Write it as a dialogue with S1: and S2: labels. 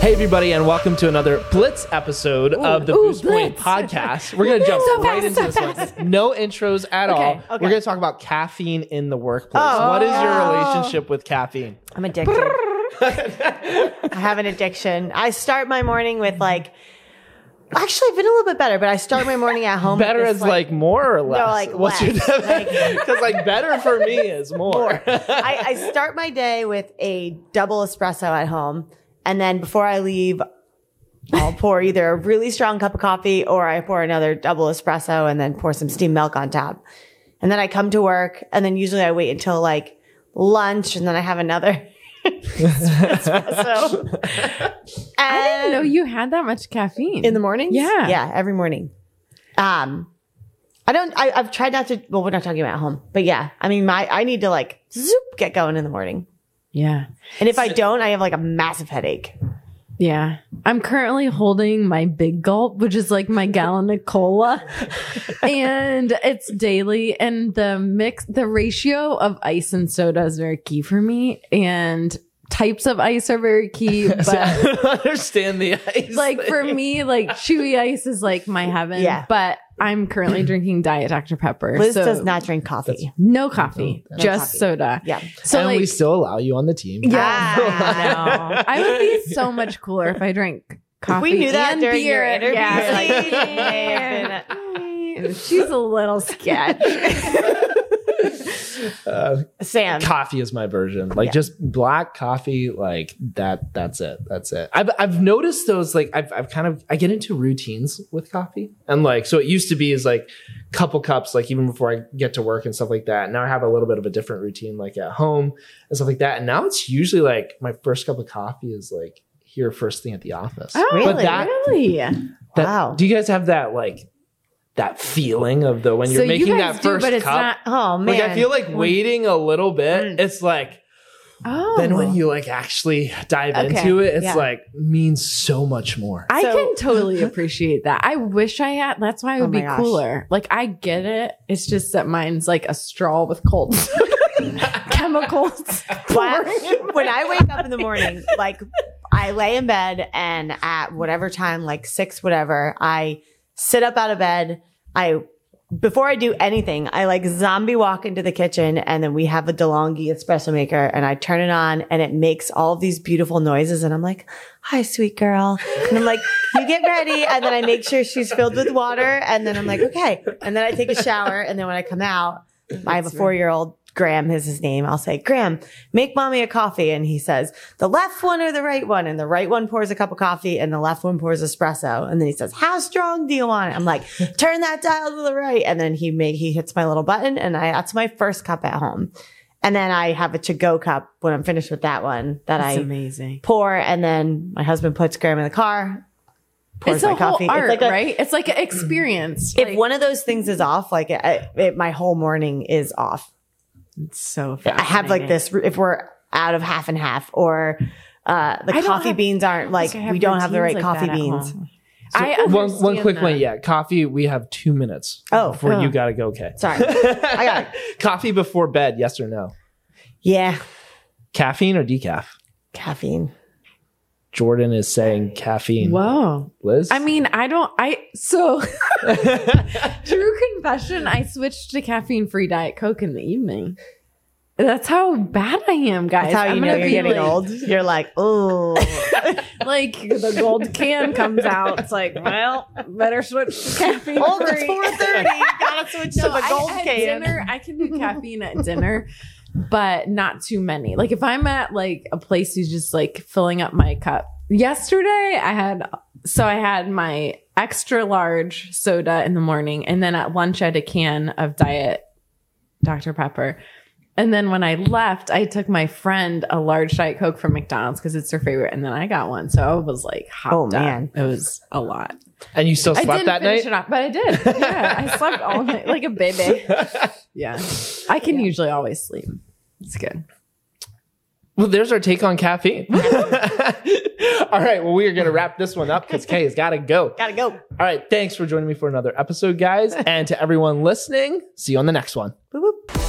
S1: Hey, everybody, and welcome to another Blitz episode of the
S2: ooh,
S1: Boost Point
S2: Blitz.
S1: podcast. We're going to jump
S2: So
S1: right
S2: fast,
S1: into
S2: so
S1: this
S2: fast.
S1: one. No intros at
S2: Okay,
S1: all.
S2: okay.
S1: We're going to talk about caffeine in the workplace.
S2: Oh.
S1: what is your
S2: Oh.
S1: relationship with caffeine?
S2: I'm addicted. I have an addiction. I start my morning with like, actually, I've been a little bit better, but I start my morning at home. with
S1: Better
S2: this,
S1: as like, more or less?
S2: like, less.
S1: Because like better for me is more.
S2: I, I start my day with a double espresso at home, and then before I leave, I'll pour either a really strong cup of coffee or I pour another double espresso and then pour some steamed milk on top. And then I come to work, and then usually I wait until like lunch, and then I have another espresso.
S3: I didn't
S2: And-
S3: know you had that much caffeine
S2: in the mornings.
S3: Yeah.
S2: yeah, every morning. Um, I don't. I, I've tried not to. Well, we're not talking about home, but yeah. I mean, my I need to like zoop get going in the morning,
S3: Yeah,
S2: and if I don't, I have like a massive headache.
S3: yeah. I'm currently holding my big gulp, which is like my gallon of cola, and it's daily. And the mix, the ratio of ice and soda is very key for me, and types of ice are very key.
S1: So I
S3: But
S1: don't understand the ice.
S3: like for
S1: thing.
S3: me, like chewy ice is like my heaven.
S2: Yeah.
S3: But I'm currently drinking Diet Dr Pepper.
S2: Liz
S3: so
S2: does not drink coffee.
S3: No coffee, just
S2: coffee.
S3: soda.
S2: Yeah,
S3: So
S1: and
S3: like,
S1: we still allow you on the team.
S2: Ah,
S3: I would be so much cooler if I drank coffee.
S2: we knew that
S3: and
S2: during
S3: beer.
S2: your interview.
S3: Yeah,
S2: Like,
S3: like,
S2: it may have been-
S3: "Mm, she's a little sketch.
S1: Uh,
S3: Um,
S2: Sam.
S1: coffee is my version like
S2: Yeah.
S1: just black coffee like that that's it that's it i've, I've noticed those like I've, I've kind of i get into routines with coffee and like so it used to be is like couple cups like even before i get to work and stuff like that now i have a little bit of a different routine like at home and stuff like that and now it's usually like my first cup of coffee is like here first thing at the office
S3: Oh,
S2: Really?
S1: but that,
S3: really?
S1: that-
S2: Wow.
S1: do you guys have that like that feeling of the when you're
S3: so
S1: making
S3: you guys
S1: that
S3: do,
S1: first
S3: but it's
S1: cup
S3: not. Mm.
S2: Oh man.
S1: like i feel like waiting a little bit it's like
S3: Oh,
S1: then when you like actually dive
S3: Okay,
S1: into it, it's
S2: yeah.
S1: like means so much more.
S3: I
S2: So-
S3: can totally appreciate that. I wish I had. That's why I
S2: Oh
S3: would be
S2: my gosh.
S3: cooler. Like I get it. It's just that mine's like a straw with cold chemicals.
S2: Why-
S3: pouring.
S2: when I wake up in the morning, like I lay in bed and at whatever time, like six, whatever, I sit up out of bed. I, before I do anything, I like zombie walk into the kitchen and then we have a DeLonghi espresso maker and I turn it on and it makes all these beautiful noises. And I'm like, hi, sweet girl. And I'm like, you get ready. And then I make sure she's filled with water. And then I'm like, okay. And then I take a shower. And then when I come out, I have a four year old. Graham is his name. I'll say, Graham, make mommy a coffee. And he says, the left one or the right one? And the right one pours a cup of coffee and the left one pours espresso. And then he says, how strong do you want it? I'm like, turn that dial to the right. And then he make, he hits my little button and I, that's my first cup at home. And then I have a to go cup when I'm finished with that one that
S3: That's
S2: I
S3: amazing.
S2: pour. And then my husband puts Graham in the car, pours
S3: It's
S2: my
S3: a whole
S2: coffee.
S3: art,
S2: like a-
S3: right? It's like an experience.
S2: If
S3: Like,
S2: one of those things is off, like it, it, my whole morning is off.
S3: it's so
S2: I have like this if we're out of half and half or uh, the
S3: I don't
S2: coffee
S3: have-
S2: beans aren't like we don't have the right
S3: routines like
S2: coffee
S3: that at
S2: beans.
S3: home.
S1: So
S3: I
S1: one one
S3: understand
S1: quick one,
S3: that.
S1: yeah. Coffee, we have two minutes
S2: Oh.
S1: before
S3: Oh.
S1: you gotta go. Okay,
S2: Sorry.
S1: I
S2: got
S1: coffee before bed. Yes or no?
S2: Yeah,
S1: Caffeine or decaf?
S2: caffeine.
S1: Jordan is saying caffeine.
S3: Whoa.
S1: Liz,
S3: I mean, I don't I so true confession, I switched to caffeine free diet coke in the evening. That's how bad I am, guys.
S2: That's how
S3: I'm
S2: you know
S3: gonna
S2: you're
S3: be,
S2: getting
S3: like,
S2: old. You're like, oh,
S3: Like the gold can comes out. It's like, well, better switch to caffeine.
S2: old. It's
S3: free.
S2: four thirty. Gotta switch to the
S3: I-
S2: gold
S3: at
S2: can.
S3: Dinner, I can do caffeine at dinner, but not too many. Like if I'm at like a place who's just like filling up my cup. Yesterday I had so I had my extra large soda in the morning, and then at lunch I had a can of diet Dr. Pepper. And then when I left, I took my friend a large Diet Coke from McDonald's because it's her favorite. And then I got one. So I was like, hopped
S2: Oh,
S3: up.
S2: man.
S3: It was a lot.
S1: and you still
S3: I
S1: slept
S3: didn't
S1: that
S3: finish
S1: night.
S3: it off, but I did. Yeah, I slept all night like a baby. Yeah, I can usually always sleep. It's good.
S1: Well, there's our take on caffeine. All right, well, we are gonna wrap this one up because Kay has gotta go.
S2: Gotta go.
S1: All right, thanks for joining me for another episode, guys, and to everyone listening. See you on the next one.
S2: Boop, boop.